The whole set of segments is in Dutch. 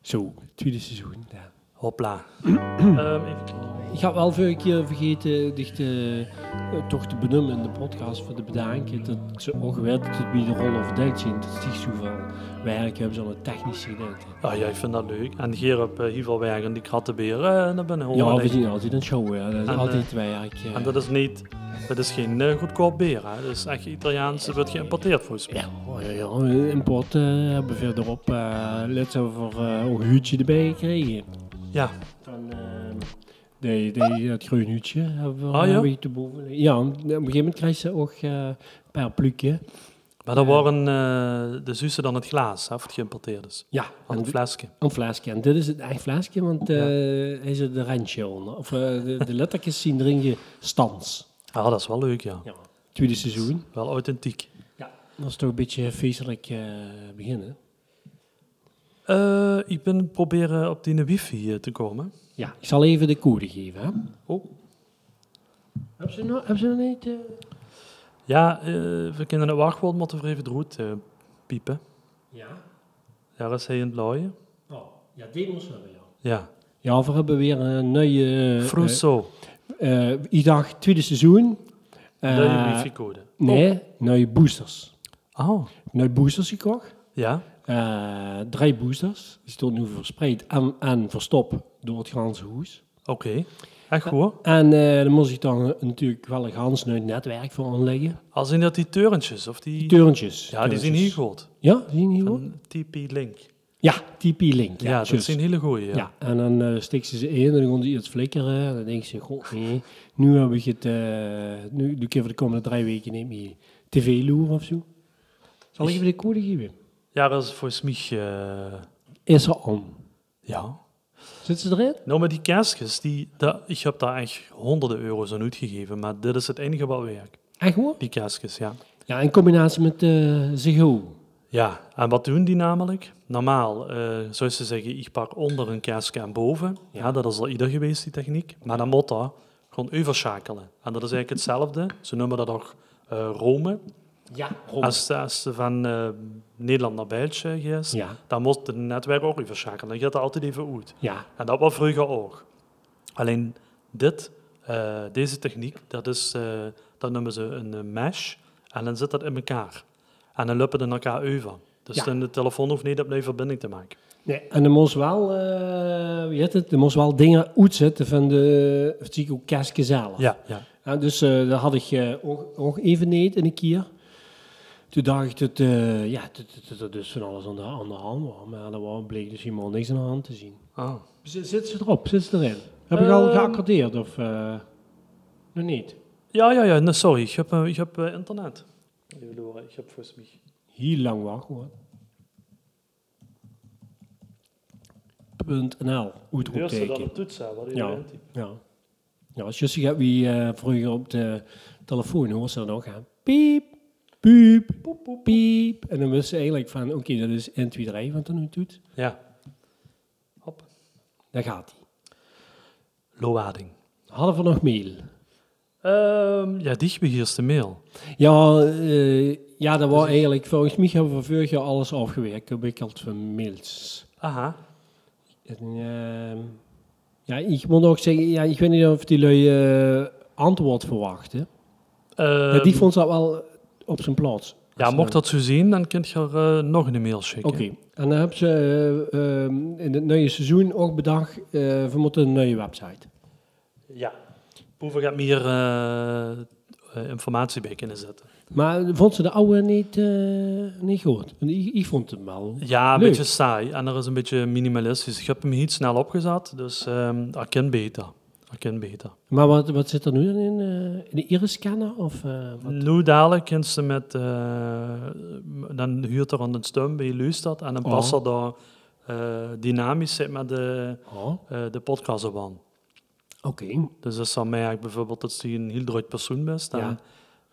Zo, tweede seizoen. Ja. Hopla. Ehm, even kijken. ik ga wel voor een keer vergeten dicht, eh, eh, toch te benoemen in de podcast voor te bedanken. Dat ze ongewerkt het bij de rol of Dutch in. Dat is niet zoveel. Wij eigenlijk hebben ze al een technische gedachte. Ah, ja, ik vind dat leuk. En hier op uh, Hivelweg en die krattenberen, eh, daar ben ik Ja, hoor. we zien altijd een show. Ja. Dat is En, altijd wij eigenlijk. eh, en dat is niet, dat is geen eh, goedkoop beer. Hè. Dat is echt Italiaans, dat wordt geïmporteerd volgens mij. Ja, ja, ja, import eh, hebben we verderop. eh laatst hebben we voor, eh, ook een huutje erbij gekregen. Ja. Van, ehm die, die, dat groene huutje hebben we Ah, ja? hebben we hier te boven. liggen. Ja, en op een gegeven moment krijg je ook eh per plukje. Maar dat waren eh, de zussen dan het glaas, hè, of het geïmporteerd is. Ja, Aan en het flesje. een flaasje. En dit is het eigen flaasje, want eh hij zit de randje onder. Of eh, de, de lettertjes zien erin gestans. Ah, dat is wel leuk, ja. Ja. Tweede seizoen. Wel authentiek. Ja. Dat is toch een beetje feestelijk eh, beginnen. Eh, ik ben proberen op die wifi eh, te komen. Ja, ik zal even de code geven. Hè. Oh. Hebben ze nog, hebben ze nog niet... eh, Ja, eh, we kunnen het wachtwoord moeten we even eruit eh, piepen. Ja. Daar is hij in het looien. Oh, ja, demos hebben we Ja. ja. we hebben weer een nieuwe... eh, Frusso. eh, eh, ik dacht tweede seizoen. Eh, de wifi-code. nee, nieuwe boosters. Oh, Nieuwe boosters gekocht. ja. Eh, drie boosters. Die stond nu verspreid en, en verstop door het ganse hoes. Oké. Echt goed. En eh, dan moest ik dan natuurlijk wel een gans nieuw netwerk voor aanleggen. Als in dat die teurentjes, of Die die... Turntjes. ja, die turntjes. zijn heel goed. Ja, die zien hier goed. Van TP-Link. Ja, TP-Link. Ja, Ja, dat juist. zijn hele goeie. Ja. Ja, en dan eh steekt ze ze in en dan gaan ze iets flikkeren. En dan denk ze, goh, nee, nu heb ik het, eh, nu doe ik even de komende drie weken neem je tv loer of zo. Zal ik even de code geven? Ja, dat is volgens mij... eh, Is er om. ja. Zit ze erin? Nou, maar die kerstjes, die, dat, ik heb daar echt honderden euro's aan uitgegeven. Maar dit is het enige wat werkt. Echt hoor? Die kerstjes, ja. Ja, in combinatie met eh Ziggo. Ja, en wat doen die namelijk? Normaal eh, zou ze zeggen, ik pak onder een kerstje en boven. Ja. dat is al ieder geweest, die techniek. Maar dan moet dat gewoon overschakelen. En dat is eigenlijk hetzelfde. Ze noemen dat ook eh, Rome. Ja, Als, als ze van eh, Nederland naar België is, Ja. dan moet het netwerk ook overschakelen. Dan gaat dat altijd even uit. Ja, En dat was vroeger ook. Alleen dit, eh, deze techniek, dat, is, eh, dat noemen ze een eh, mesh. En dan zit dat in elkaar. En dan lopen het in elkaar over. Dus Ja. dan de telefoon hoeft niet opnieuw verbinding te maken. nee, en de moest wel, eh wie heet het, de moest wel dingen uitzetten van de Ziggo kerstje zelf. Ja, ja. Ja, dus eh dat had ik eh, ook, ook even niet in een keer. Toen dacht ik dat, eh, ja, dat, dat, dat, dat dus van alles aan de, aan de hand was. Maar er was- bleek dus helemaal niks aan de hand te zien. Ah. Z- Zit ze erop? Zit ze erin? Heb ik al Ehm. geaccordeerd of eh, nog niet? Ja, ja, ja. Nee, sorry, ik heb, eh, ik heb eh, internet. Even door, Ik heb volgens mij... Heel lang wachten hoor. Punt .nl, Eerste dan uitroepteken. een toets, hè, wat Ja. iedereen typt. Ja. ja, als je ziet hebt wie eh, vroeger op de telefoon hoort ze dan ook gaan. Piep, piep, poep, poep, piep. En dan wist ze eigenlijk van, oké, dat is 1, 2, 3 wat er nu doet. Ja. Hop. Daar gaat hij. Loading. Hadden we nog mail? Ehm ja, die beheerste mail. Ja, eh, ja dat was eigenlijk, volgens mij hebben we vorig jaar alles afgewerkt. Heb ik al van mails. Aha. En, ehm, ja, ik moet ook zeggen, ja, ik weet niet of die lui eh, antwoord verwachten. Ehm, Maar die vond dat wel op zijn plaats. Ja, Als, mocht eh, dat zo zien, dan kunt je er eh, nog een mail schikken. Oké, en dan hebben ze eh, ehm, in het nieuwe seizoen ook bedacht, eh, we moeten een nieuwe website. Ja. Boeven gaat meer eh, eh, informatie bij kunnen zetten. Maar vond ze de oude niet, eh, niet goed? Want ik, ik vond hem wel. Ja, een Leuk. beetje saai. En er is een beetje minimalistisch. Ik heb hem iets snel opgezet, dus ehm dat kan beter. Dat kan beter. Maar wat, wat zit er nu dan in? eh, in de iris scanner? Of, eh, wat? Nu dadelijk kunt ze met... eh, dan huurt er een stem bij Luistad en dan Oh. past er daar eh, dynamisch zit met de, Oh, oké. eh, de podcast op aan. Dus dat zou mij eigenlijk bijvoorbeeld dat je een heel droog persoon bent. Dan, Ja.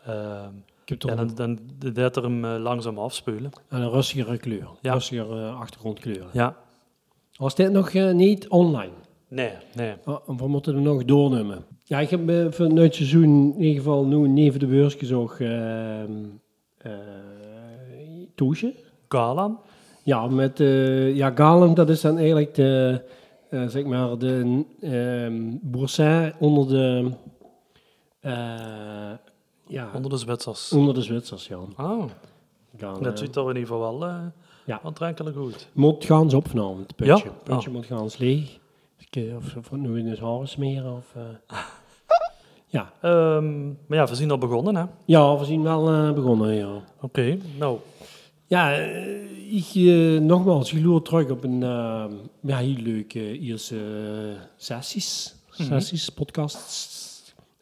ehm, Ik heb toch Ja, een, dan, dan deed er hem eh, langzaam afspelen. een rustigere kleur, Ja. rustigere eh, achtergrondkleuren. Ja. Was dit nog eh, niet online? Nee, nee. Oh, we moeten er nog doornemen. Ja, ik heb eh, voor het seizoen in ieder geval nu neven de ehm, beursjes ook eh, eh, toesje. Galan? Ja, met eh, ja, Galem, dat is dan eigenlijk de, eh, zeg maar de ehm Boursin onder de, eh, ja, Onder de Zwitsers. onder de Zwitsers, ja. Oh, Galen, dat ziet er in ieder geval wel eh, Ja. aantrekkelijk goed. Moet gaans opgenomen, het putje. Ja? Oh. putje moet gaans leeg. Of, ik- of, of nu in de haren smeren. Of, eh. ja. Ehm, maar ja, we zien al begonnen, hè? Oké, ja, we zien wel eh, begonnen, ja. nou, Ja, eh, ik eh, nogmaals, ik loer terug op een eh, ja, heel leuke Ierse eh, sessies, sessies, podcasts.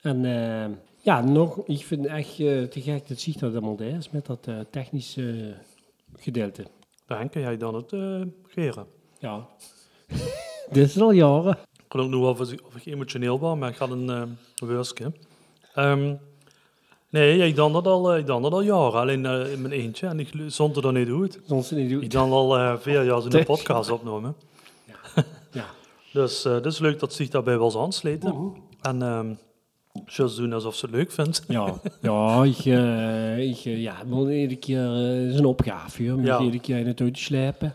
En eh, ja, nog, ik vind echt eh, te gek dat ziet dat allemaal daar is met dat eh, technische gedeelte. dan kun jij dan het eh, geren. Ja, dit is al jaren. Ik kon ook nog wel of, of ik emotioneel was, maar ik had een eh wurstje. Ehm, nee, ik dan dat al, eh, ik dan dat al jaren, alleen eh, in mijn eentje. En ik lu- zond het er niet uit. Soms niet Ik doen. dan al eh, vier jaar in de podcast opgenomen. Ja. Dus eh het is leuk dat ze zich daarbij wel eens aansluiten. En ehm just doen alsof ze het leuk vindt. Ja, ja, ik, eh ik eh, ja, moet iedere keer eh, is een opgave, joh. Moet Ja. iedere keer in het auto slepen.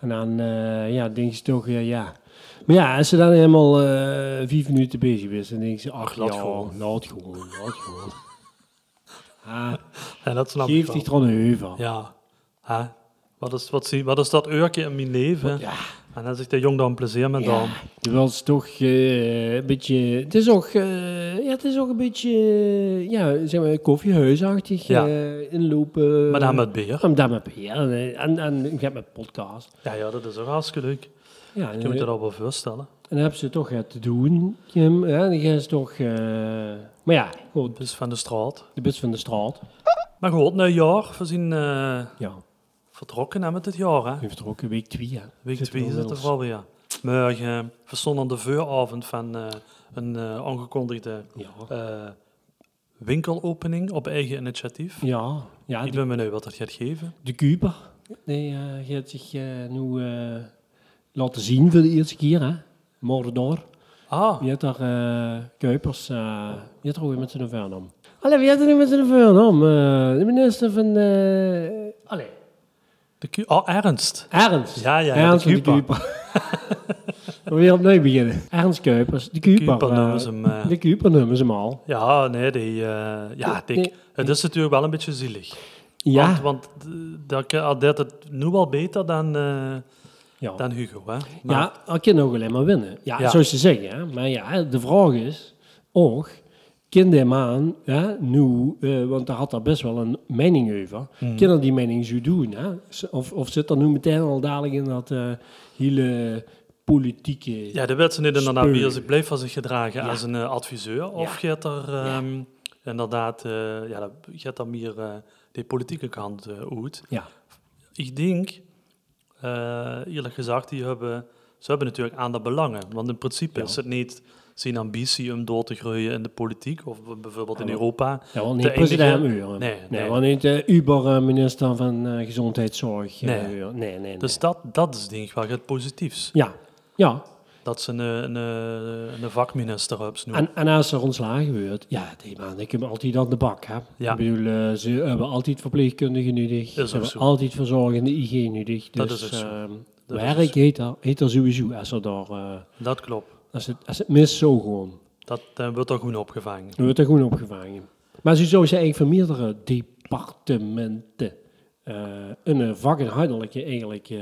En dan, eh, ja, denk je toch, ja, ja. Maar ja, als ze dan helemaal eh, vier minuten bezig is, dan denk ze, ach, laat ja, gewoon. laat gewoon, laat gewoon. Ah, En dat snap ik geef wel. zich er een heuvel. Ja. Hè? Wat, is, wat, zie- wat is dat uurtje in mijn leven? Ja. En dan zegt de jong dan plezier met dan. Je was toch eh, een beetje. Het is ook, eh, ja, het is ook een beetje. eh, ja, zeg maar, koffiehuisachtig. Ja. eh, inlopen. Maar dan met bier. Om dat met ja, en, en, en ik heb mijn podcast. Ja, ja, dat is ook hartstikke leuk. Ja, en, Je moet je en dat wel voorstellen. dan hebben ze toch het te doen, Jim. Ja, die is toch... eh, maar ja, goed, Dus van de straat. de bus van de straat. Maar goed, na een jaar, we zijn eh, Ja, vertrokken hè, met dit jaar. Hè. heeft er ook een week twee, hè. Week Zitten 2 we zit er inmiddels. wel weer. Maar eh, we stonden aan de vooravond van eh, een eh, aangekondigde Ja, eh, winkelopening op eigen initiatief. ja, ja Ik de, ben benieuwd wat dat gaat geven. de Cuba. Die eh, gaat zich eh, nu eh, laten zien voor de eerste keer, hè. Mordor. Ah, Je hebt daar eh, Kuipers... eh je hebt er ook weer met z'n vuur om. Allee, wie heeft er nu met z'n vuur om? Eh, de minister van... eh allee, de Q- ah, ernst. Ernst. Ja, ja, ja, Ernst de met de Kuiper. Kuiper. We weer opnieuw beginnen. Ernst Kuipers, de Kuiper. Kuiper eh, noemen ze hem. eh. De Kuiper noemen ze hem al. Ja, nee, die, eh, ja, Nee, Dick, nee, het is natuurlijk wel een beetje zielig. Ja. Want, want eh, dat ke- al deed het nu wel beter dan, eh, ja. dan Hugo. Hè? Maar- ja, al kan nog alleen maar winnen. Ja, Ja. zo is te zeggen. hè. Maar ja, de vraag is, ook, kan die man hè, nu, eh, want daar had daar best wel een mening over, Hmm. kunnen die mening zo doen? Hè? Z- Of, of zit er nu meteen al dadelijk in dat eh, hele politieke... ja, de werd ze niet inderdaad Speu. weer. Ze bleef van zich gedragen Ja. als een eh, adviseur. Of gaat er ehm, inderdaad, eh, ja, dat- gaat er meer eh de politieke kant eh uit. Ja. Ik denk, eh, eerlijk gezegd, die hebben, ze hebben natuurlijk aan de belangen. Want in principe Ja. is het niet zijn ambitie om door te groeien in de politiek. Of bijvoorbeeld in Ja. Europa. Ja, want Te niet president enige- Uren. Nee, nee. want niet de Uber-minister van eh, Gezondheidszorg. eh, Nee. Uren. nee, nee, nee. Dus dat, dat is denk ik wel het positiefs. ja, ja. Dat ze een, een, eh, een, een vakminister hebben. ze nu. En, en als er ontslagen wordt, ja, die man, ik heb altijd aan de bak. Hè. Ja. Ik bedoel, eh, ze hebben altijd verpleegkundigen nodig. Dat is Ze ook hebben zo. altijd verzorgende IG nodig. Dat Dus is ook zo. ehm, Dat is ook werk zo. heet er, heet er sowieso als, er daar, eh, Dat klopt. als, het, als het mis zo gewoon. Dat eh, wordt er goed opgevangen. Dan wordt er gewoon opgevangen. Maar sowieso zijn eigenlijk van meerdere departementen eh, een vakkenhuidelijke eigenlijk eh,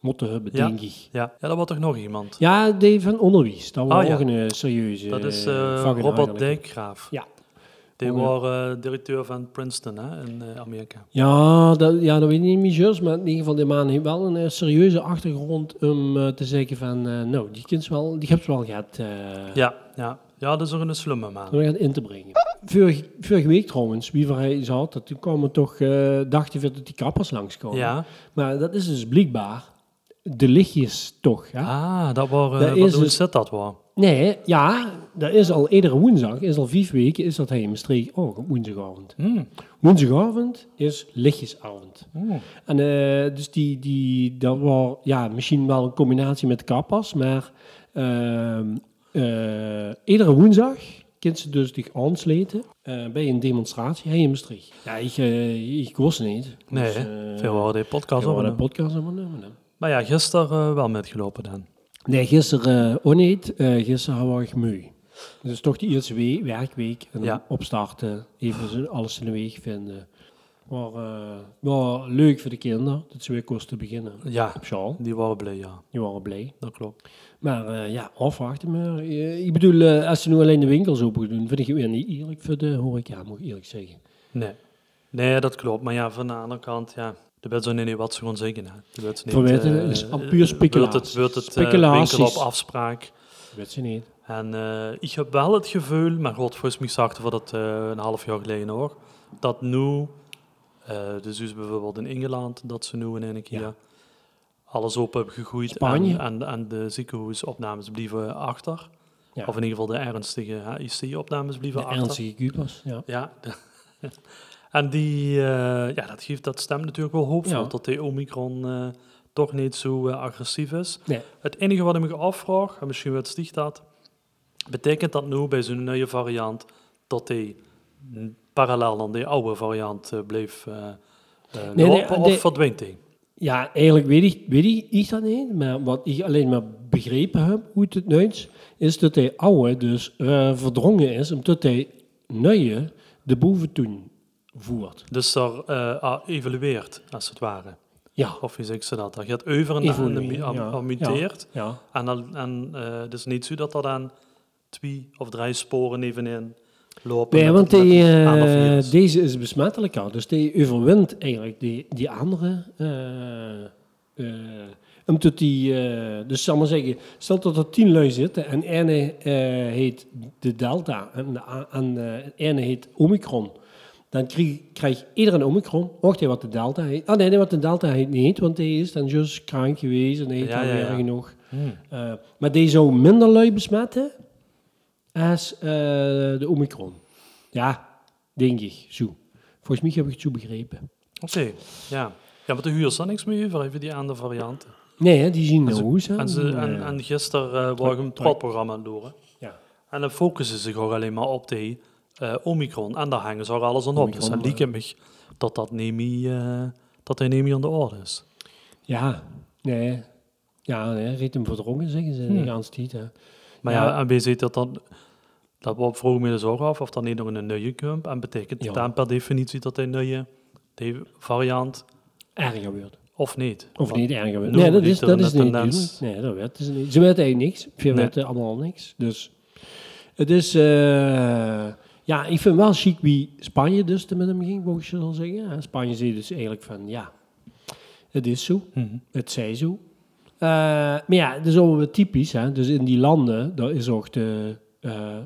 moeten hebben, Ja. denk ik. Ja, ja dat wordt toch nog iemand? Ja, die van onderwijs. Dat was Ah, ja. ook een eh, serieuze Dat is eh, eh, Robert vakkenhuidelijke. Dijkgraaf. Ja. Die Oh, ja. was eh, directeur van Princeton hè, in eh, Amerika. Ja, dat, ja, dat weet ik niet meer juist, maar in ieder geval die man heeft wel een eh, serieuze achtergrond om eh, te zeggen van, eh, nou, die kind wel, die hebt wel gehad, eh Ja, ja. ja dat is ook een slimme man. om dat in te brengen. Vorige, vorige week trouwens, wie voor hij zat, dat toen kwamen toch, eh dacht hij weer dat die kappers langskomen. Ja. Maar dat is dus blijkbaar de lichtjes toch, hè? Ah, dat was... Dat eh is wat, hoe dus- zit dat wel? Nee, ja, dat is al iedere woensdag, is al vijf weken, is dat hij in Maastricht ook op woensdagavond. Hmm. Woensdagavond is lichtjesavond. Hmm. En eh, dus die, die, dat was ja, misschien wel een combinatie met kappas, maar ehm, eh, iedere woensdag kunnen ze dus zich aansluiten eh, bij een demonstratie hier in Maastricht. Ja, ik, eh, ik was er niet. Nee, dus, hè? eh, veel houden die ik podcast wou op. de podcast allemaal nemen. Maar ja, gisteren eh, wel metgelopen dan. Nee, gisteren uh, oneet, eh gisteren hadden we gemui. Dus toch die eerste we- werkweek en dan Ja. opstarten, even zo alles in de weg vinden. Maar, eh, maar leuk voor de kinderen, dat ze weer kosten beginnen. Ja, Op Sjaal, die waren blij, ja. die waren blij. Dat klopt. Maar eh, ja, afwachten maar. Eh, ik bedoel, eh, als ze nu alleen de winkels open doen, vind ik het weer niet eerlijk voor de horeca, moet ik eerlijk zeggen. Nee. Nee, dat klopt. Maar ja, van de andere kant, ja. De wet zo niet wat ze gewoon zeggen. Hè. De wet Voor wet, eh, eh, is al eh, puur speculatie. Wordt het, wordt het eh, Speculaties. winkel op afspraak. Weet ze niet. En eh, ik heb wel het gevoel, maar god, volgens mij zag voor dat eh, een half jaar geleden hoor, dat nu, eh, dus, dus bijvoorbeeld in Engeland, dat ze nu in een keer Ja. alles open hebben gegooid. Spanje. En, en, en de ziekenhuisopnames blieven achter. Ja. Of in ieder geval de ernstige IC-opnames blieven De achter. ernstige cubas, ja. Ja. en die, eh, ja, dat, geeft, dat stemt natuurlijk wel hoopvol Ja. dat die Omicron eh, toch niet zo eh, agressief is. Nee. Het enige wat ik me afvraag, en misschien wat sticht dat, betekent dat nu bij zo'n nieuwe variant dat die mm, parallel aan die oude variant eh, bleef eh, eh, lopen nee, of nee. verdwijnt die? Ja, eigenlijk weet ik, weet ik, ik dat niet. Maar wat ik alleen maar begrepen heb, hoe het het nu is, is dat hij oude dus eh, verdrongen is, omdat hij nieuwe de boven toen voert. Dus daar eh, ah, evolueert, als het ware. Ja, Of wie zeg ze dat? Dat gaat over en aan Evolueert, ja. muteert. ja. En, dan, en eh, het is niet zo dat er dan twee of drie sporen evenin lopen. Nee, met- want met die, een eh, ander virus. deze is besmettelijker. Dus die overwint eigenlijk die, die andere. eh, eh, omdat die, eh, dus zal maar zeggen, stel dat er tien lui zitten en ene eh, heet de Delta en de a- en eh, ene heet Omicron. Dan krijg, krijgt ieder een Omicron, ook die wat de Delta heet. Ah nee, die wat de Delta heet niet, want die is dan juist krank geweest en die heeft Ja, dan ja, weer ja. genoeg. Hmm. Eh, maar die zou minder lui besmetten als eh, de Omicron. Ja, denk ik. Zo. Volgens mij heb ik het zo begrepen. Oké, ja. Ja, maar de huur is daar niks mee over, even die andere varianten. Nee, hè, die zien En ze- nou hoe ze. En, ze, en, eh, en gisteren eh waren we een trotprogramma aan het doen. hè. ja. En dan focussen ze zich ook alleen maar op die eh, Omicron. En daar hangen ze ook alles aan op. Dus dan Omicron, lieken me dat dat niet meer, eh, dat hij niet meer aan de orde is. ja, nee. Ja, nee, ritme verdrongen zeggen ze. Hmm. Die gaan steeds, hè. Maar ja, Ja. en wie ziet dat dan? Dat we vroegen me dus ook af of dat niet nog in een nieuwe komt. En betekent Ja. dan per definitie dat een nieuwe die variant Erger wordt. of niet? Of Want- niet erger wordt. doen Nee, we dat niet is, door dat een is niet. tendens. duidelijk. Nee, dat werd dus niet. Ze weten eigenlijk niks. Ze Nee. weten allemaal niks. Dus het is... eh, ja, ik vind wel chic wie Spanje dus te met hem ging, wou ik zo wel zeggen. En Spanje zei dus eigenlijk van, ja, het is zo. Mhm. Het zij zo. Eh, maar ja, dat is allemaal weer typisch. Hè? Dus in die landen, daar is ook de eh,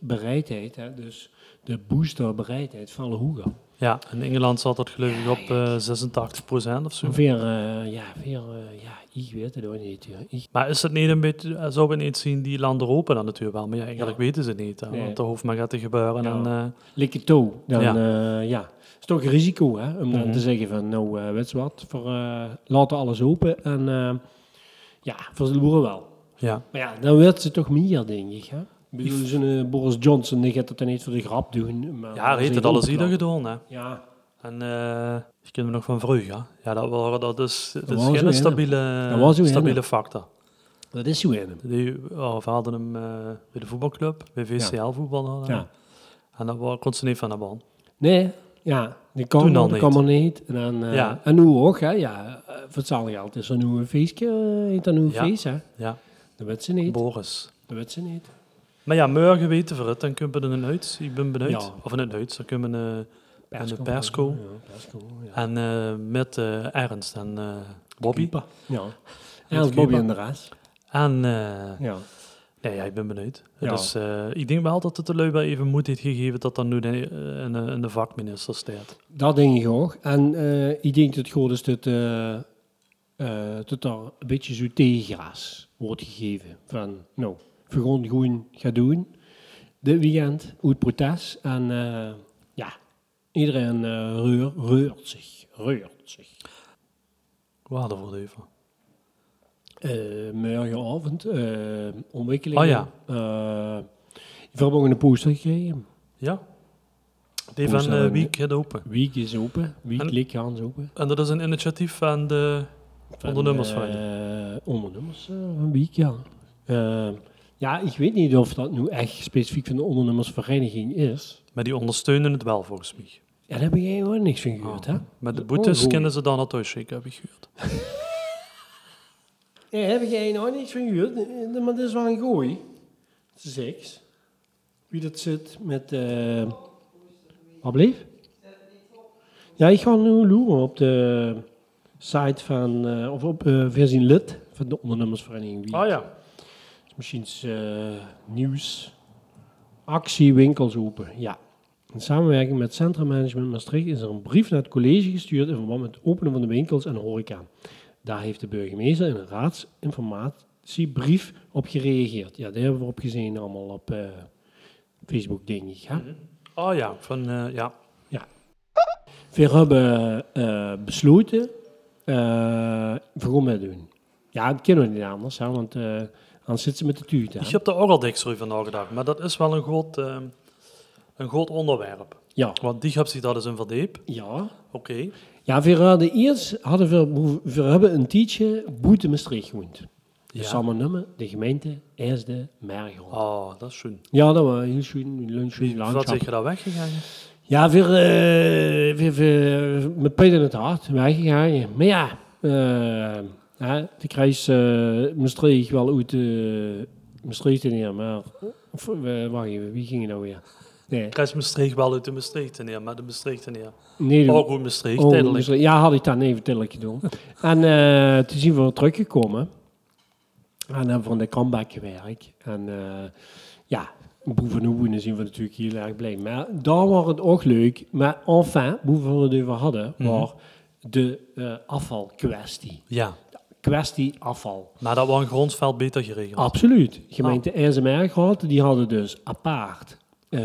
prikbereidheid, hè? dus de boosterbereidheid van hoger. Ja, in Engeland zat dat geloof ik op eh 86% of zo. Ongeveer, eh, ja, weer, eh, ja, ik weet het ook niet. ja. Ik, Maar is het niet een beetje, eh, zou we niet zien die landen roepen dan natuurlijk wel. Maar ja, eigenlijk Ja. weten ze het niet. hè, Nee. Want er hoeft maar gaat te gebeuren. Ja. En, eh, Likke toe. Dan, Ja. ja. ja. Het is toch een risico, hè? Om dan Mhm. te zeggen van, nou, eh weet je wat, voor, eh, laten alles open. En eh, ja, voor de boeren wel. ja. Maar ja, dan werd ze toch meer, denk ik, hè? Ik bedoel, zo'n eh, Boris Johnson, die gaat dat dan niet voor de grap doen. Maar ja, heeft het alles ieder gedaan. Hè. Ja, En eh ik ken me nog van vroeger. hè. Ja, dat, waren, dat is, dat Dat is was hoe heen. geen Dat stabiele, was hoe heen. stabiele factor. dat is zo in hem. Die, oh, we hadden hem eh, bij de voetbalclub, bij VCL voetbal. hadden we. Ja. En daar wa- kon ze niet van de bal. Nee, ja, die kan, Toen al die niet. kan maar niet. En, dan, eh, Ja. en nu ook, hè? Ja, eh, voor hetzelfde geld is er nu een feestje, eh, heet dat nu een Ja. feest, hè? Ja, Dat weet ze niet. Boris. Dat weet ze niet. Maar ja, morgen weten we het, dan kunnen we er een uit. Ik ben benieuwd. Ja. Of in een uit, dan kunnen we een, en een persco. Ja, persco, ja. En eh, met eh, Ernst en eh, Bobby. Keeper. Ja. En En als de Bobby keeper. en de rest. En eh, Ja. nee, ja, ik ben benieuwd. Ja. Dus eh, ik denk wel dat het de lui wel even moed heeft gegeven dat dan nu de, in, de- in de vakminister staat. Dat denk ik ook. En eh, ik denk dat het goed is dat, eh, eh, dat er een beetje zo tegengraas wordt gegeven. Van, nou, we gewoon gewoon gaan doen. Dit weekend, uit protest. En eh, ja, iedereen eh, reur- reurt zich. Reurt zich. Hoe hadden we het even? Eh, morgenavond, eh ontwikkelingen. Oh ja. Eh, We hebben ook een poster gekregen. Ja. Hoe Die van zou eh, dat- Wiek het open. Week is open. Week En- lik gaan ze open. En dat is een initiatief van de... Onder nummers eh, van Onder nummers eh, van Wiek, ja. Eh, ja, ik weet niet of dat nu echt specifiek van de ondernummersvereniging is. Maar die ondersteunen het wel, volgens mij. Ja, daar heb jij gewoon niks van gehoord, hè? Met Ah, de Oh, boetes goed. kunnen ze dan het uitschikken, heb ik gehoord. Nee, heb jij nou niks van gehoord? Eh, Maar dat is wel een gooi. Seks. Wie dat zit met... eh Wat bleef? Ja, ik ga nu loeren op de site van... eh, of op eh versie lid van de ondernemersvereniging. Wie- Ah ja. Misschien is, eh, nieuws. Actie winkels open, ja. In samenwerking met Centra Management Maastricht is er een brief naar het college gestuurd in verband met het openen van de winkels en horeca. Daar heeft de burgemeester in een raadsinformatiebrief op gereageerd. Ja, daar hebben we op gezien allemaal op eh, Facebook, denk ik. Hè? Ah ja, van... eh, ja. We hebben eh, besloten, eh we gaan mee doen. Ja, dat kunnen we niet anders, hè, want eh anders zitten ze met de tuut aan. Ik heb de oraldextru van nagedacht, maar dat is wel een groot, eh, een groot onderwerp. Ja, Want die heb zich daar dus in verdiep. ja. Oké. Ja, we hadden eerst hadden we, behoef- we hebben een tijdje boete Maastricht gewoond. Ja. Ja. Samen nummer, de gemeente, eerst de Mergel. Oh, dat is schoon. Ja, dat was heel schoon, lunch, schoon Wat zeg landschap. je daar weggegaan? Ja, weer, eh, weer, weer met pijn in het hart weggegaan. Maar ja, eh, hè, de kruis eh Maastricht wel uit eh Maastricht in hier, maar... Of, eh, wacht even, wie ging er nou weer? Nee, Krijg Maastricht wel uit de Maastricht neer, maar de Maastricht neer. nee Ook goed Maastricht, Oh, tijdelijk. misschien- Ja, had ik dan even tijdelijk gedaan. en eh toen zien we weer teruggekomen. En hebben we aan de comeback gewerkt. En eh ja, boevenhoeven zijn we natuurlijk heel erg blij. Maar daar was het ook leuk. Maar enfin, boeven we het over hadden, Mhm. was de eh, afvalkwestie. Ja, Kwestie afval. maar dat was een grondsveld beter geregeld. Ah. Absoluut. Gemeente Ah. IJsselmeer gehad, die hadden dus apart eh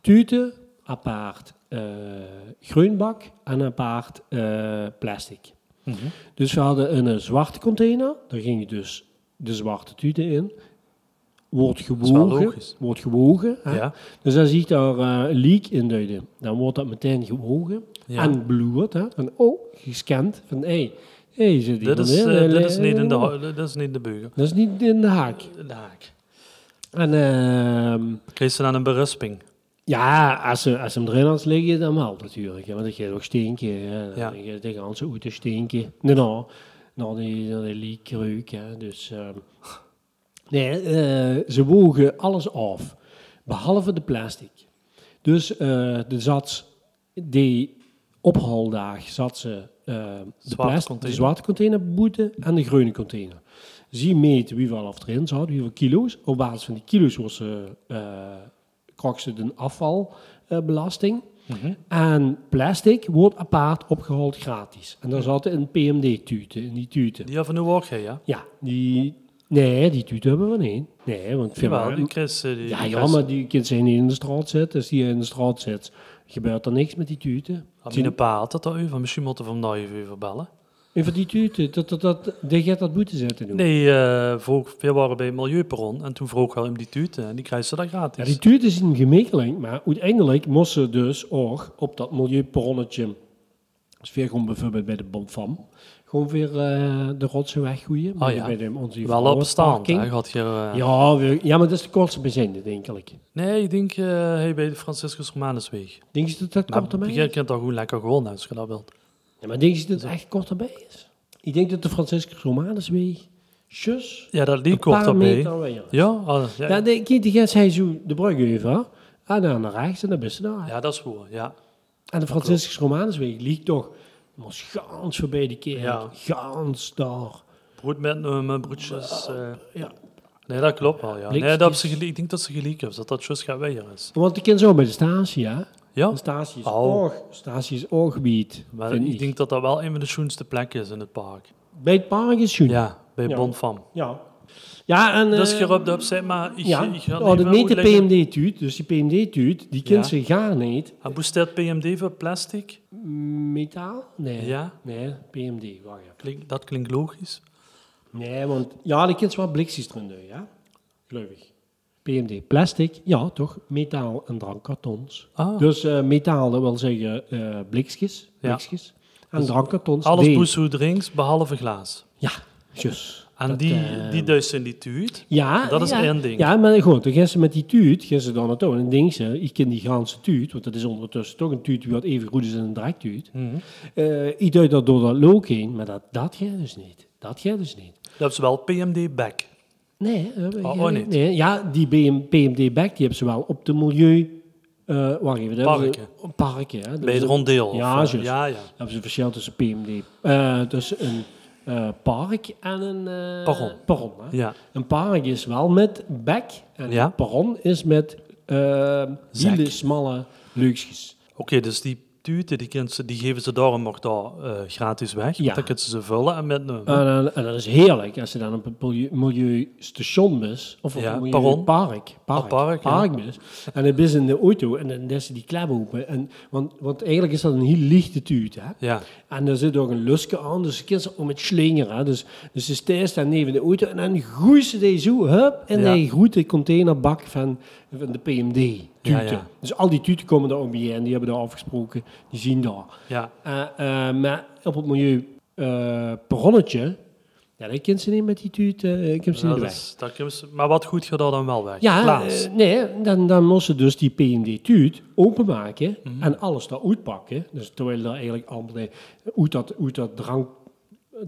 tuten, apart eh groenbak en apart eh, plastic. Mhm. Dus we hadden een eh, zwarte container, daar ging dus de zwarte tuten in. Wordt is wel gewogen. logisch. Wordt gewogen. hè. Ja, Dus als ik daar eh, een leak in duidde, dan wordt dat meteen gewogen ja. en bloed. Hè, van, oh, gescand. Van, hé, hey, hey, zit dit, iemand is, in? eh, Eh, dit is niet in de, eh, hu- dit is niet in de beugen. Dat is niet in de haak. De haak. En ehm, Kreeg ze dan een berisping? ja, als ze, als ze hem erin had liggen, dan wel natuurlijk. hè, Want dan ga je ook stinken. Hè. Dan Ja. ga je de ganse auto stinken. Nee, nou, nou die, nou die leak reuk, hè. Dus, ehm, nee, eh, ze wogen alles af. Behalve de plastic. Dus eh de zat, die ophaaldag zat ze eh, de, Zwarte plas- de container. zwarte container boete en de groene container. Ze meten wie wel af erin zat, hoeveel kilo's. Op basis van die kilo's was ze, eh, kregen ze de afvalbelasting. En plastic wordt apart opgehaald gratis. En daar zaten een PMD-tuten in die tuten. Die hebben we nu ook, hè, ja? Ja, die... Nee, die tuten hebben we niet. Nee, want Jawel, die Chris... eh, die- ja, die ja, Chris- maar die kind zijn niet in de straat zit. Als die in de straat zit, gebeurt er niks met die tuten. Had mijn pa altijd al over. Misschien moeten we hem nou even even bellen. En van die tuten, dat, dat, dat, die gaat dat boete zetten doen. Nee, eh vroeg, we waren bij Milieuperon en toen vroeg hij hem die tuten en die krijgt ze dan Ja, gratis. die tuut is een gemikkeling, maar uiteindelijk moest ze dus ook op dat milieuperronnetje, dus weer gewoon bijvoorbeeld bij de Bonfam, gewoon weer eh, de rotsen weggooien. Ah, ja. Bij de, onze Wel op staan. vrouwenparking. Hij gaat hier, eh, Ja, we- ja, maar dat is de kortste bezinde, denk ik. Nee, ik denk eh, hij bij de Franciscus Romanusweg. Denk je dat dat Maar kort erbij je is? kunt daar gewoon lekker gewoon naar, als je dat wilt. Ja, maar denk je dat het echt kort erbij is? Ik denk dat de Franciscus Romanusweg, zus, Ja, dat liep een kort paar erbij. meter weer. Ja, ah, ja, Ja, ja. de, kijk, die gaat hij zo de brug over, en dan naar rechts en dan best daar. dat is waar. Ja. En de Franciscus Romanusweg liep toch was gans voorbij die kerk. Ja. Gans daar. Brood met eh, mijn broodjes. eh. Ja. Nee, dat klopt wel. Ja. Nee, Blikjes. dat heb ze geliek- ik denk dat ze gelijk hebben, dat dat juist gaat weigeren is. Want ik ken zo bij de statie, hè? Ja, De statie is Oh. oog. Statie is ooggebied. maar vind ik denk dat dat wel een van de schoonste plekken is in het park. Bij het park is Juni. Ja, bij Ja. Bonfam. Ja. Ja, en... eh, Dus je op de website, maar ik, ja, ik ga oh, dat even meet de uitleggen. PMD-tuut. Dus die PMD-tuut, die kent Ja. ze gaan niet. En hoe staat PMD voor plastic? Metaal? Nee. Ja, Nee, PMD, wacht even. klink- dat klinkt logisch. Nee, want... Ja, die kent ze wel blikjes erin doen, ja? Geloof ik. PMD, plastic, ja toch, metaal en drankkartons. Ah, Dus eh, metaal, dat wil zeggen eh blikjes, blikjes. En Dus drankkartons. alles nee. poeshoe drinks, behalve glaas. Ja, juist. En Dat, die, eh, die duist in die tuut. Ja, Dat is ja. één ding. Ja, maar goed, dan gaan ze met die tuut, gaan ze dan naartoe. En dan denken ze, ik ken die Gaanse tuut, want dat is ondertussen toch een tuut die wat even goed is als een draktuut. Mhm. Eh ik duid dat door dat look heen, maar dat, dat gaat dus niet. Dat gaat dus niet. Dat is wel PMD back. Nee, eh, we- Oh, oh, niet. nee. Ja, die BM, PMD-back, die hebben ze wel op de milieu... eh wacht even. daar hebben ze- Parken, hè. Daar Bij het hebben ze- rondeel. Ja, of, eh, juist. ja, ja. hebben ze een verschil tussen PMD... eh tussen een eh, park en een... eh, Perron. perron, hè. ja. Een park is wel met bek en Ja. een perron is met eh Zak. hele smalle luxjes. Oké, dus die tuuten, die, kind ze- die geven ze daarom nog daar eh, gratis weg. Ja. Eh, Dan kunnen ze ze vullen en met een... En, dan- en dat is heerlijk als je dan op een milieu- milieustationbus of op Ja, een perron. milieupark park, park, Ah, park, ja. parkbus en dan ben je in de auto en dan is die klep open. En, want, want eigenlijk is dat een heel lichte tuut. Hè? ja. En er zit ook een luske aan, dus je kunt ze ook met slingeren. hè. Dus, dus ze stijst dan neven de auto en dan groeit ze die zo hup, in Ja. die grote containerbak van, van de PMD. Tuten. Ja, ja. Dus al die tuten komen daar ook bij en die hebben daar afgesproken, die zien daar. ja. Eh, eh, maar op het milieu eh perronnetje, ja, dat kunt ze niet met die tuut, eh, ik heb ze Nou, Dat niet weg. is- dat kunnen ze- maar wat goed gaat daar dan wel weg? Ja, Glaas. eh, nee, dan, dan moest ze dus die PMD-tuut openmaken Mhm. en alles daaruit pakken. Dus terwijl er eigenlijk amper nee, uit dat, uit dat drank,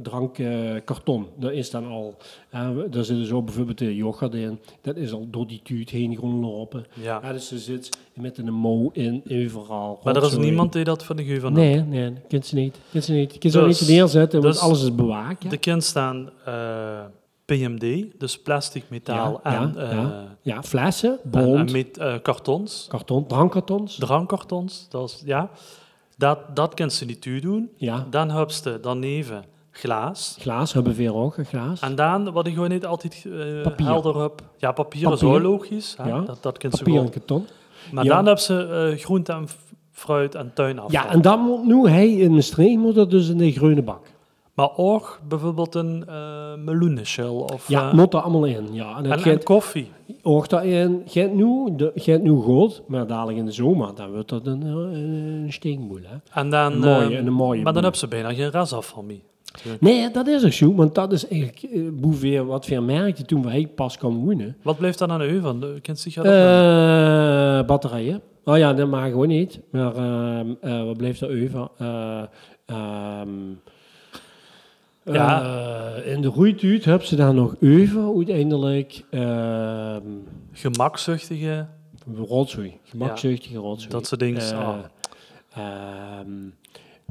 drankkarton, daar is dan al, eh, daar zitten zo bijvoorbeeld de yoghurt in, dat is al door die tuut heen gewoon lopen. Ja. Ja, dus ze zit met een mouw in, overal. Maar er is rotzooi. niemand die dat van de guverneur... Nee, nee, dat kunt ze niet. Kunt ze niet. Kunt ze ook Dus- niet neerzetten, want dus- alles is bewaakt. ja. De kind staan eh, PMD, dus plastic, metaal Ja, en, ja, eh, ja. Ja, flessen, en- en, bond, met, eh, kartons, karton, drankkartons. drankkartons. Dat, is, ja. dat, dat kunnen ze niet toe doen. Ja, Dan hebben ze daarneven glaas. Glaas hebben we weer ook, een glaas. En dan, wat ik gewoon niet altijd eh, Papier. helder heb... Ja, papier, is Papier. ook logisch. Hè? Ja. Dat, dat kunnen ze Papier en gewoon. karton. Maar Ja. dan hebben ze eh, groente en f- fruit en tuinafval. Ja, en dan moet nu hij in een streek moet dat dus in de groene bak. Maar ook bijvoorbeeld een eh meloenenschil of Ja, eh, moet er allemaal in. Ja, en en, dat en gaat koffie. ook daarin. Gaat nu, de- gaat nu goed, maar dadelijk in de zomer, dan wordt dat een, eh, een stinkboel, hè. En dan, Een mooie, eh, een mooie maar dan boel. hebben ze bijna geen restafval meer. Nee, dat is ook zo, want dat is eigenlijk eh, hoeveel, wat we merkten toen wij pas kwam wonen. Wat blijft dan aan u van? De- Kent zich dat ook? Eh, batterijen. Oh ja, dat mag gewoon niet. Maar ehm, eh, wat blijft er over? Eh, ehm, Ja. eh, in de roeituut hebben ze daar nog over uiteindelijk. ehm gemakzuchtige? rotzooi, gemakzuchtige rotzooi. Dat soort dingen. Eh, Ah, ehm,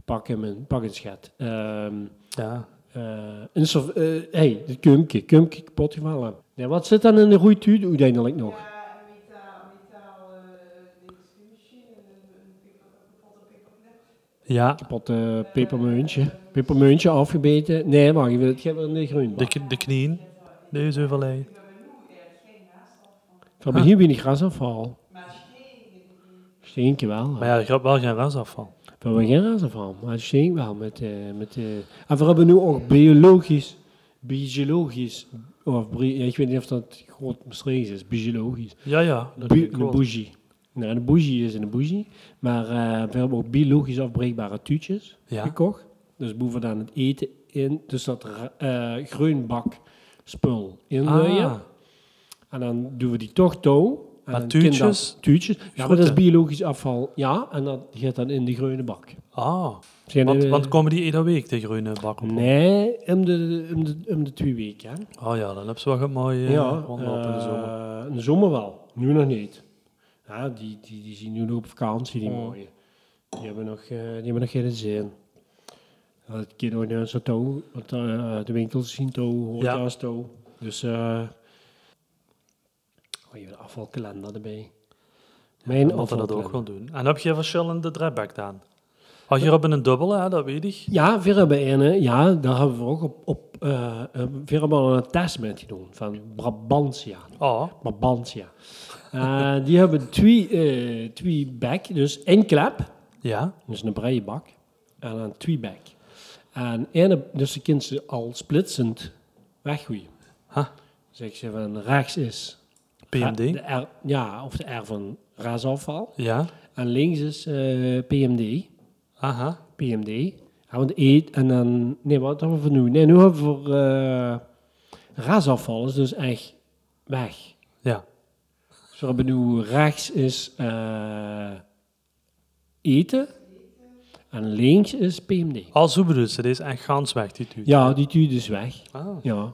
pak, hem een, pak een schet. Ehm, ja. eh, een sof- eh, hey, de kumpje, kumpje kapot gevallen. Nee, wat zit dan in de roeituut uiteindelijk nog? Ja, metaal, metaal, eh, discussie, een kapotte paperclip. ja. Pot eh pepermuntje. Pepermuntje afgebeten. Nee, maar je wilt het hebben in de groen. De, k- de knieën. Deze overleden. Ah. Van Ah. begin ben ik grasafval. Maar geen, Steentje wel. Maar ja, je hebt wel geen restafval. We hebben geen grasafval, maar het steentje wel. Met, eh, met, eh, En we hebben nu ook biologisch. Biologisch. Of, bri- ja, ik weet niet of dat groot bestreken is. Biologisch. Ja, ja. dat Bu- vind ik de wel. bougie. Nou, de bougie is een bougie. Maar eh, we hebben ook biologisch afbreekbare tuutjes Ja. gekocht. Dus boeven dan het eten in. Dus dat ra- eh groenbak spul in. Ah, En dan doen we die toch touw. En Maar dan kind dat- tuutjes? tuutjes. Ja, maar dat is Groente. biologisch afval. Ja, en dat gaat dan in de groene bak. ah. Zijn Want, er, want komen die iedere week, de groene bak op? eh, Nee, om de, om de, om de twee weken. hè. Oh ja, dan heb ze wel een mooie eh, ja, rondloop in de zomer. eh, in de zomer wel. Nu nog niet. Ja, die, die, die zien nu nog op vakantie, die Mm. mooie. Die hebben nog, eh, die hebben nog geen zin. Ja, Het kind ook naar zo'n touw. Want eh, de winkels zien touw, horeca's touw. Dus... eh oh, je hebt een afvalkalender erbij. Mijn Dan moeten we dat ook afvalkalender. wel doen. En heb je verschillende drebback dan? Als je op een dubbele, hè, dat weet ik. Ja, we hebben een, eh, ja, daar hebben we ook op... op eh, eh, we hebben al een test met gedaan van Brabantia. Oh, Brabantia. Eh, die hebben twee, eh twee bek, dus één klep, ja. dus een brede bak, en een twee bek. En ene, dus je kunt ze al splitsend weggooien. Huh. Zeg ze van rechts is PMD. De R, ja, of de R van rasafval. Ja, En links is eh, PMD. aha. PMD. Ja, want eet en dan... Nee, wat hebben we voor nu? Nee, nu hebben we voor eh rasafval. is dus echt weg. Ja, Dus we hebben nu rechts is eh, eten. En links is PMD. al zo bedoelt ze, dit is echt gans weg, die tuut. Ja, die tuut is weg. Ah. Ja.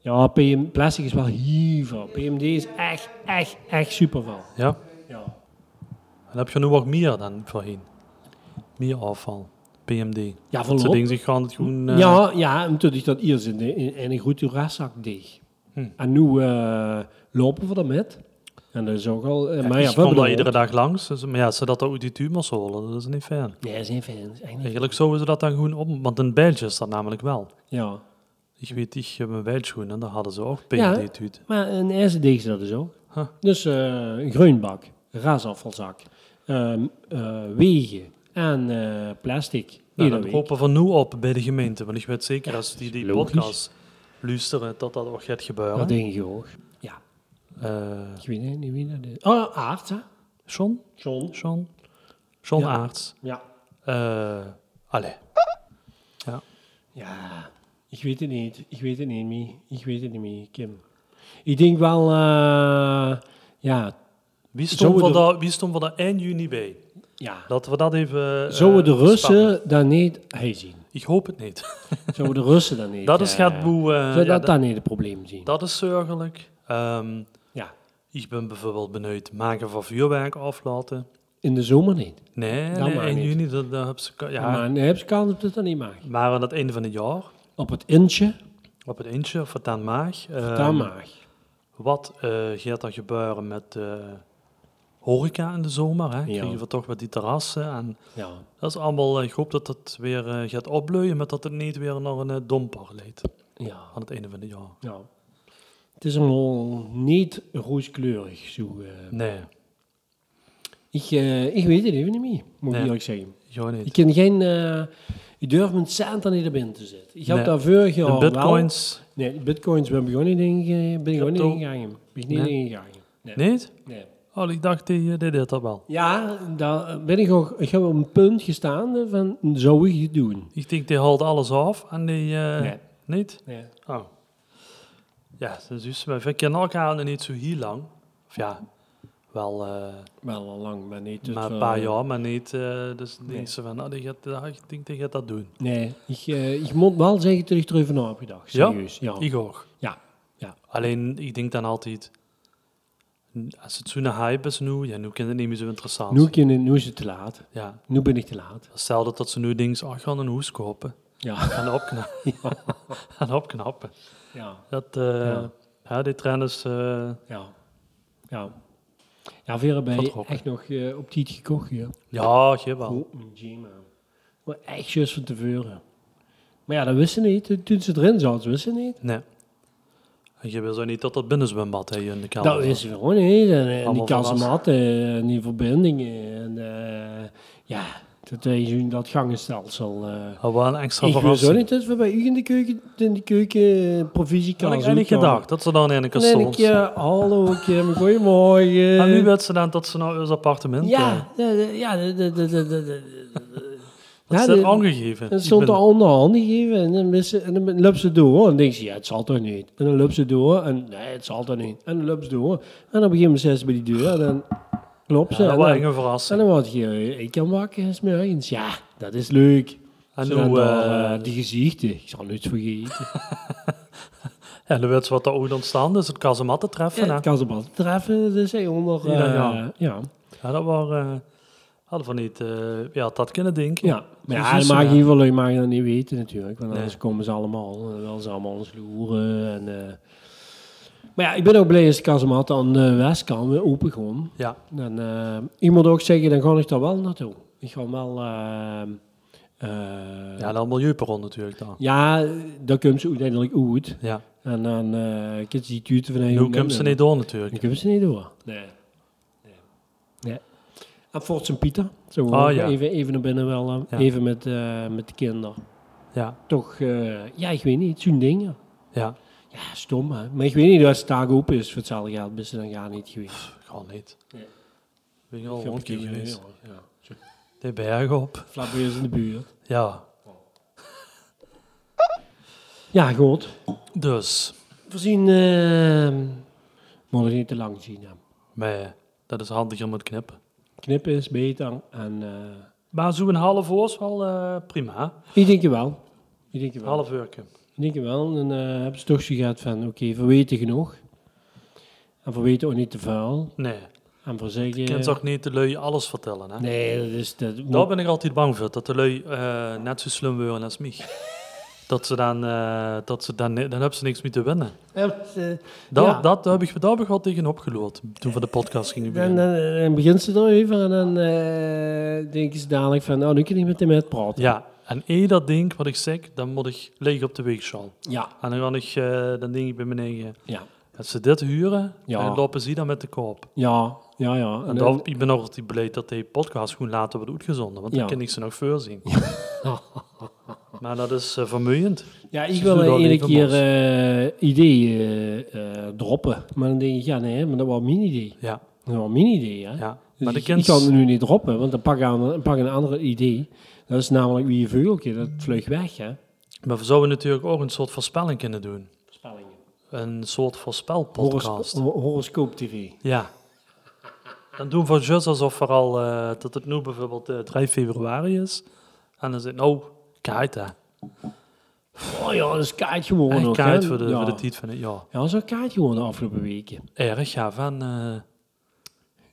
Ja, PM, plastic is wel heel veel. PMD is echt, echt, echt supervel. ja. Ja. Dan heb je nu wat meer dan voorheen. Meer afval. PMD. Ja, Dat soort volop. dingen zich gaan het gewoon... eh, Ja, ja, natuurlijk dat hier zit in, in een goede raszak deeg. Hm. En nu eh, lopen we ermet. En dat is ook al... eh, ja, maar ja, ik we kom hebben daar er iedere ook- dag langs. Dus, maar ja, ze dat ook die tumors holen, dat is niet fijn. Nee, dat zijn fans. Echt niet. Eigenlijk zouden ze dat dan gewoon op... Want in België is dat namelijk wel. Ja. Ik weet, ik heb mijn wijdschoenen, daar hadden ze ook Ja. PMD tuut. Maar een eerste deeg is dat dus ook. Huh. Dus eh, een groenbak, raasafvalzak, ehm, eh, wegen en eh, plastic. Nou, Iedere dan week. hopen we nu op bij de gemeente. Want ik weet zeker, als die die logisch. podcast luisteren, dat dat ook gaat Dat gebeuren. denk ik ook. Ja, Eh ik weet niet wie dat is. Oh, Aart, hè? John? John. John? John Ja. Aarts. Ja. Eh, allee. Ja, ik weet het niet. Ik weet het niet meer. Ik weet het niet meer, Kim. Ik denk wel, eh, ja, Wie Zouden stond, we de- daar, wie stond we daar 1 juni bij? ja. Laten we dat even... eh, Zouden de bespreken. Russen dat niet hij zien? Ik hoop het niet. Zouden de Russen dat niet? dat is eh, gaat boe... eh, Zou ja, dat dat, dan niet het probleem zien? dat is zorgelijk. Ehm, Ja, ik ben bijvoorbeeld benieuwd. Maken van vuurwerk aflaten? in de zomer niet. Nee, Dat nee mag 1 niet. juni. Dat, dat heb ze, ka- ja, Maar dan heb je kans op dat dat niet mag. maar aan het einde van het jaar, Op het intje, op het eentje, of het aan maag. dat ehm, mag. Wat eh, gaat er gebeuren met eh, horeca in de zomer? Hè? Krijgen we toch wat die terrassen? En Ja. dat is allemaal, eh, ik hoop dat het weer eh, gaat opbloeien, maar dat het niet weer naar een eh, domper leidt ja. aan het einde van het jaar. ja. Het is allemaal niet rooskleurig. Zo, eh. Nee, ik, eh, ik weet het even niet meer, moet ik Nee. eerlijk zeggen. ja Ik niet. ken geen. eh ik durf mijn cent er niet op in te zetten. Ik heb Nee. daar vorig jaar wel- De bitcoins, Nee, de bitcoins ben ik gewoon niet inge- ben ik gewoon niet Crypto? ingegaan. Ben ik niet Nee. ingegaan. Nee. niet? Nee. Oh, ik dacht, die, eh, die deed dat wel. Ja, daar ben ik ook. Ik heb op een punt gestaan eh, van zou ik het doen? Ik denk, die haalt alles af en die... eh, Nee. Niet? Nee. Oh. Ja, dus we kennen elkaar nog niet zo heel lang. Of ja, wel... eh, Wel al lang, maar niet. tot maar een wel- paar jaar, maar niet. eh, dus niet Nee. zo van, nou, die gaat, ja, ik denk die gaat dat doen. Nee, ik, eh, ik moet wel zeggen dat ik erover na heb gedacht. Ja? Serieus. Ja. Ik ook. Ja. Ja. Alleen, ik denk dan altijd, n- als het zo'n hype is nu, ja, nu kan het niet meer zo interessant Nu, zijn. kan het- nu is het te laat. Ja. Nu ben ik te laat. Stel dat ze nu denkt, oh, ik ga een hoes kopen. Ja. Gaan opknappen. Gaan opknappen. Ja. Dat, eh, Ja. ja. die trend is... eh, Ja. Ja. Ja, Vera, ben Wat je rokken. echt nog eh, op tijd gekocht hier? ja, geef wel. Oh, een G-man. Maar echt juist van tevoren. Maar ja, dat wisten ze niet. Toen- Toen ze erin zaten, wisten ze niet. Nee. En je wil zo niet dat dat binnenzwembad hè, hier in de kelder dat zit. wisten ze gewoon niet. En, eh, En, die Allemaal verrast. kasematten en die verbindingen. En eh, ja, dat wij zien dat gangenstelsel. eh Dat was Ah, een extra ik wist verrassing. ook niet dat we bij u in de keuken, in de keuken eh, Had provisiekaas ik eigenlijk uitkwamen. gedacht dat ze dan in een En dan kasteel een keer, hallo Kim, goeiemorgen. En nu werd ze dan dat ze naar ons appartement Ja, eh, de- de- ja, de- de- de- de- de- de- Dat Ja, is net de- aangegeven. En Ik stond ben- er onder handen gegeven en dan, wist ze- en dan loopt ze door. En denk ze, ja, het zal toch niet. En dan loopt ze door en nee, het zal toch niet. En dan loopt ze door. En op een gegeven moment zit ze bij die deur en dan klopt ze. Ja, dat en, was dan, echt een en verrassing. dan wordt je, ik kan wakker, is me eens. Ja, dat is leuk. En Zo dan hoe, daar, eh, eh, die gezichten, ik zal nooit vergeten. En dan werd ze wat er ooit ontstaan is, het kazemat te treffen. ja, hè. het kan ze wel treffen, dus hey, onder... Ja, eh, ja. ja. Ja, dat waren, eh, hadden we niet, eh, ja, dat kunnen denken. Ja, maar Dus ja, dat is, mag je eh, in ieder geval mag je dat niet weten natuurlijk. Want Nee. anders komen ze allemaal. En wel ze allemaal ons loeren. En, eh. Maar ja, ik ben ook blij als de kazemat aan de westkant weer open gewoon. Ja, Dan, eh, ik moet ook zeggen, dan ga ik daar wel naartoe. Ik ga wel... eh, eh, ja dat milieuperron natuurlijk dan. ja, dat komt ze uiteindelijk goed. Ja, En dan eh ik heb die tuten van een nu komt ze niet door natuurlijk. Dan kunnen ze niet door. Nee. nee. nee. En Fort St. Pieter. Zo Ah, ja. even, even naar binnen wel. eh, Ja. Even met, eh, met de kinderen. Ja, Toch, eh, ja, ik weet niet. Zo'n dingen. ja. Ja, stom hè. Maar ik weet niet, als het daar open is voor hetzelfde geld, ben ze dan ja niet geweest. Gewoon niet. Nee. Ben je al een keer geweest? Ja. De berg op. Flabbeus in de buurt. Ja, Ja, goed. dus. Voorzien, ehm moet ik niet te lang zien. hè. Maar dat is handiger met knippen. Knippen is beter en... eh, Maar zo'n half uur is wel eh, prima. ik denk je wel. Ik denk je wel. Half uurtje. Ik denk het wel. Dan eh, hebben ze toch zo gehad van, oké, verweten genoeg. En verweten ook niet te vuil. Nee, je En voor zeggen... kunt toch niet de lui alles vertellen, hè? Nee, dat is... Dat, Daar ben ik altijd bang voor, dat de lui eh, net zo slim worden als mij. dat ze dan, eh, dat ze dan, dan hebben ze niks meer te winnen. eh, Daar, Ja. dat, daar, heb ik, daar heb ik wel tegen opgeloerd, toen we de podcast gingen Dan, beginnen. dan, dan begint ze er even en dan eh, denken ze dadelijk van, nou, nu kan ik met hem uitpraten. Ja, en ieder ding wat ik zeg, dan moet ik liggen op de weegschaal. Ja. En dan, ga ik, eh, dan denk ik bij mijn eigen, Ja. als ze dit huren, Ja. dan lopen ze dan met de koop. Ja, ja, ja. En dan, ik ben nog altijd blij dat die podcast gewoon later wordt uitgezonden, want Ja. dan kan ik ze nog voorzien. maar dat is eh, vermoeiend. Ja, ik Ze wil doen eh, al iedere even keer bos. eh, ideeën eh, eh, droppen. Maar dan denk ik, ja, nee, maar dat was mijn idee. Ja, Dat was mijn idee, hè. ja. Dus Maar de ik, ik kind... kan het nu niet droppen, want dan pak ik aan- pak een ander idee. Dat is namelijk wie je veugeltje, dat vliegt weg, hè. Maar we zouden natuurlijk ook een soort voorspelling kunnen doen. Spellingen. Een soort voorspelpodcast. Horos horoscoop TV. Ja. Dan doen we juist alsof er al, eh, dat het nu bijvoorbeeld eh, 3 februari is. En dan zit nou, kaart hè. Oh ja, dat is kaart geworden. Echt ook, kaart hè. voor de, ja. voor de tijd van het jaar. Ja, dat is ook kaart geworden de afgelopen weken. Erg, ja, van... eh,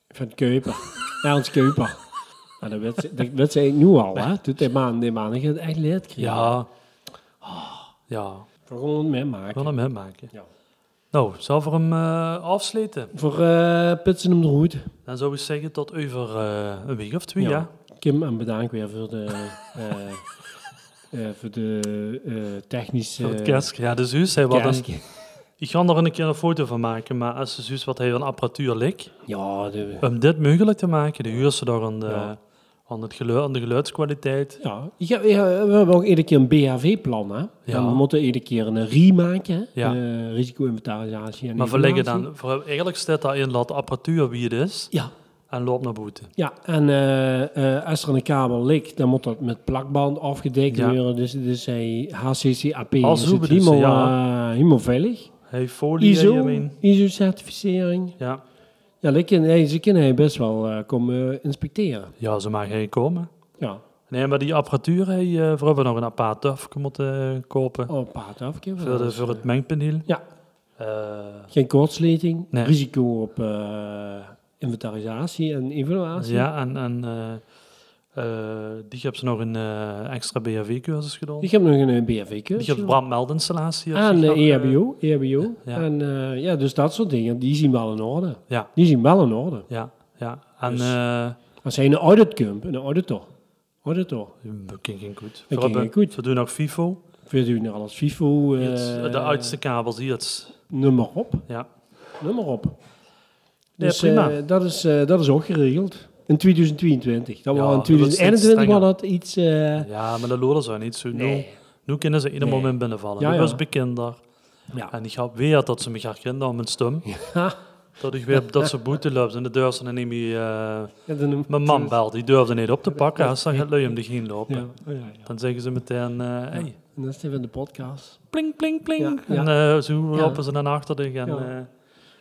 Van Kuiper. Ernst Kuiper. Nou, dat werd ze- dat werd ze eigenlijk nu al, hè. Toen die maanden, die maanden gaat echt leerd krijgen. ja. Ah, Ja, Gewoon ik wil meemaken. hem meemaken. Ja. Nou, zal we hem eh, afsluiten? Voor eh Pitsen om de Hoed. Dan zou ik zeggen tot over eh, een week of twee, Ja. ja. Kim, en bedankt weer voor de, eh, eh, voor de eh, technische... Voor het kerst. Ja, dus de zus, hij wat een... kerstje. Ik ga er een keer een foto van maken, maar als de zus wat hij aan apparatuur ligt... Ja, de, Om dit mogelijk te maken, de huur ze daar aan de, Ja. aan, het geluid, aan de geluidskwaliteit. ja. Ik heb, ik heb- we hebben ook iedere keer een BHV-plan. Hè? En we moeten iedere keer een RI maken. hè. Ja. Eh, risico-inventarisatie. En Maar we leggen evaluatie. dan, voor, eigenlijk staat daarin, laat de apparatuur wie het is Ja, en loop naar boeten. ja. en eh, eh, als er een kabel lekt, dan moet dat met plakband afgedekt Ja. worden. Dus, dus hij HCCAP Als is het Ruben dus, helemaal, ja. eh, eh, helemaal veilig. Hey, folie, ISO, je mean? ISO-certificering. Ja. Ja, die ken- hey, ze kunnen hij best wel eh, komen eh, inspecteren. ja, ze mag geen komen. Ja, Nee, maar die apparatuur, hey, eh, voor hebben we nog een apart tafje moeten eh, kopen. oh, een paar afkeer. voor, de, voor het mengpaneel. Ja. Eh, Geen koortsleting, Nee. risico op eh, inventarisatie en evaluatie. ja, en, en eh, eh, die hebben ze nog een eh, extra BHV-cursus gedaan. Ik heb nog een Die hebben BFW-cursus. brandmeldinstallatie. op Aan zich de nog, eh, EHBO. EHBO. ja. En eh, ja, dus dat soort dingen, die zien wel in orde. Ja. Die zien wel in orde. Ja, ja. En... Dus- eh, Als hij een audit komt, een auditor. Auditor. Mm, Dat ging geen goed. ging We hebben- geen goed. We doen ook FIFO. We doen er alles FIFO. eh, Iets, de oudste kabels hier. het- Nummer op. Ja. Nummer op. Ja, Dus prima. eh, dat, is, eh, dat is ook geregeld. In 2022. Dat Ja, was in dat is iets 2021 was strenger. dat iets... eh, ja, maar de loren zijn niet zo. Nee. Nu, nu kunnen ze ieder Nee. moment binnenvallen. Ja, Ja, ja. was bekender. ja. En ik ga weer dat ze me gaan kennen aan mijn stem. Dat ik weer dat ze boete loopt. En de deur ze dan niet meer... eh, Ja, dan- mijn man belt. Die durfde niet op te pakken. Als dan gaat lui hem degene lopen. Dus- Ja, oh ja, ja. Dan zeggen ze meteen... eh hey, En dat is even de podcast. pling, pling, pling. Ja, ja. En eh, zo Ja. lopen ze dan achter de en, Ja. eh,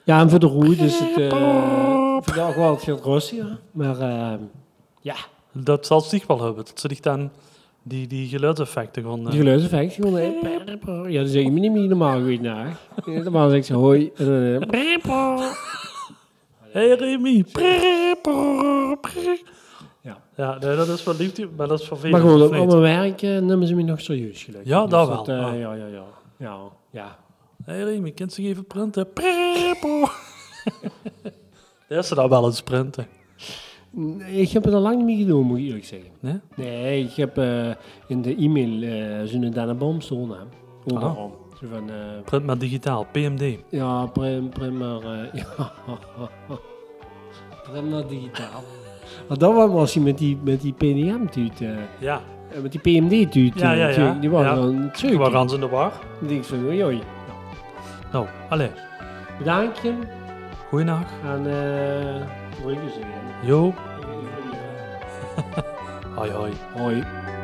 Ja, en voor de roer dus het... eh vandaag wel het gaat rustiger. Maar eh, ja, Dat zal zich wel hebben. Dat ze zich dan die, die geluidseffecten gewoon... eh, die geluidseffect gewoon... eh, Ja, dan zeg je me niet meer normaal nou, goed naar. Normaal zeg ik zo hoi. en dan, eh, Hey Remy. Ja. Ja, nee, dat is wel liefde, maar dat is vervelend. Maar gewoon, of op niet? mijn werk eh, nemen ze me nog serieus gelukkig. Ja, dat wel. eh, Ah. Ja, ja, ja. Ja, ja. Hey Remy, kent zich even printen? Prrrpo. dat is ze dan wel eens printen. Nee, ik heb het al lang niet meer gedaan, moet ik eerlijk zeggen. Nee? Nee, ik heb eh, in de e-mail eh zo'n Dannenboom staan. hè. Onderom. Zo van, eh, Print maar digitaal, PMD. ja, prim, primer, eh, ja. primer digitaal. Maar dat was als hij met die, met die PDM-tuut, eh, Ja, eh, met die PMD-tuut, Ja, ja, ja. eh, die was Ja. dan een we truc. waren ze in de war. Ik denk van, oei, oei. Nou, allee. Bedankt Jim. Goeienacht. En eh, wil je zeggen? Jo. Ik wil je zeggen. Hoi, hoi. Hoi.